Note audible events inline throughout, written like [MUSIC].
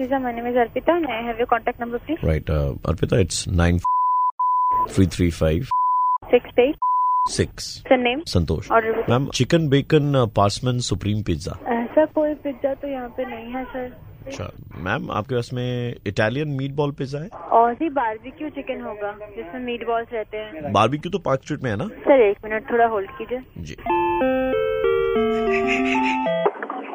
Visa. My name is Arpita. May I have your contact number, please? Right, uh, Arpita, it's 9 three three five Six eight. six. Sir, name? Santosh Order book. Ma'am chicken bacon parmesan supreme pizza Uh, sir कोई pizza तो यहाँ पे नहीं है sir अच्छा ma'am आपके पास में इटालियन मीट बॉल पिज्जा है और ही बारबेक्यू चिकन होगा जिसमें मीट बॉल्स रहते हैं बारबेक्यू तो पार्क स्ट्रीट में है ना सर एक मिनट थोड़ा होल्ड कीजिए जी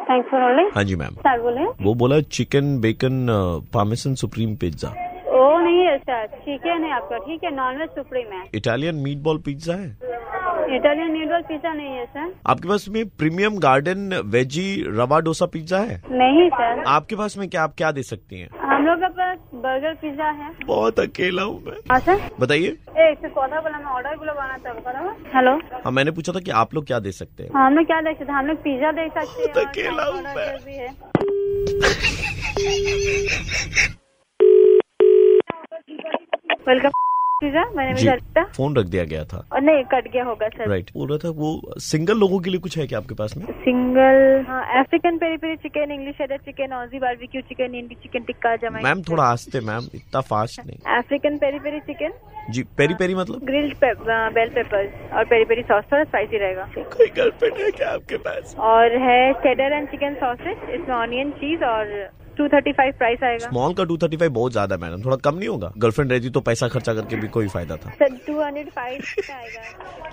थैंक्स फॉर होल्डिंग हाँ जी मैम सर बोले वो बोला chicken bacon parmesan supreme pizza ओ नहीं है सर ठीक है नहीं आपका ठीक है नॉनवेज सुप्रीम है इटालियन मीट बॉल पिज्जा है इटालियन न्यूडल पिज्जा नहीं है सर आपके पास में premium garden veggie rava dosa pizza है नहीं सर आपके पास में क्या आप क्या दे सकती हैं हम लोग के पास बर्गर पिज्जा है बहुत अकेला हूँ मैं हाँ सर बताइए ए एक कथा बोला मैं ऑर्डर गुलो बना था करो हेलो हाँ मैंने पूछा था कि आप लोग क्या दे सकते हैं हाँ, हम लोग क्या देख सकते हैं हम लोग पिज्जा देख सकते [LAUGHS] हैं खुद और तो अकेला चाइनीज हूँ ऑर्डर मैं। जो भी है वेलकम पिज्जा मैंने जी मुझे अर्पिता फोन रख दिया गया था और नहीं कट गया होगा सर राइट बोल रहा था वो सिंगल लोगों के लिए कुछ है क्या आपके पास में सिंगल हाँ African peri peri chicken English cheddar chicken Aussie barbecue chicken Indi chicken tikka जमा मैम थोड़ा आस्ते मैम इतना फास्ट नहीं अफ्रीकन पेरी पेरी चिकन जी पेरी पेरी मतलब ग्रिल्ड बेल पेपर्स हाँ, और पेरी पेरी सॉस थोड़ा स्पाइसी रहेगा कोई गर्लफ्रेंड है क्या आपके पास और है चेडर एंड चिकन सॉसेज इसमें ऑनियन चीज और टू थर्टी फाइव प्राइस आएगा स्मॉल का टू थर्टी फाइव बहुत ज्यादा है मैडम थोड़ा कम नहीं होगा गर्लफ्रेंड रहती तो पैसा खर्चा करके भी कोई फायदा था सर टू हंड्रेड फाइव आएगा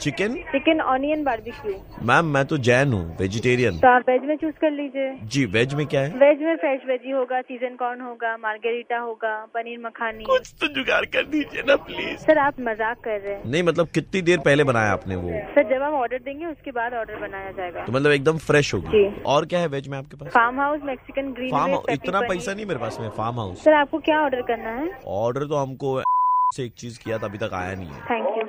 chicken chicken onion barbecue ma'am मैं तो जैन हूँ वेजिटेरियन तो आप वेज में चूज कर लीजिए जी वेज में क्या है वेज में फ्रेश वेजी होगा सीजन कॉर्न होगा मार्गेरिटा होगा पनीर मखानी तो जुगाड़ कर दीजिए ना प्लीज सर आप मजाक कर रहे हैं नहीं मतलब कितनी देर पहले बनाया आपने वो सर जब हम ऑर्डर देंगे उसके बाद ऑर्डर बनाया जाएगा तो मतलब एकदम फ्रेश होगी जी। और क्या है वेज में आपके पास farm house Mexican green farm इतना पैसा नहीं मेरे पास में फार्म हाउस सर आपको क्या ऑर्डर करना है ऑर्डर तो हमको से एक चीज किया था अभी तक आया नहीं है थैंक यू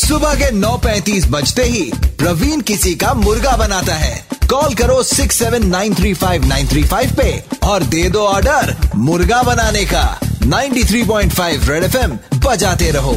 सुबह के 9:35 बजते ही प्रवीण किसी का मुर्गा बनाता है कॉल करो 6793595 पे और दे दो ऑर्डर मुर्गा बनाने का 93.5 रेड एफएम बजाते रहो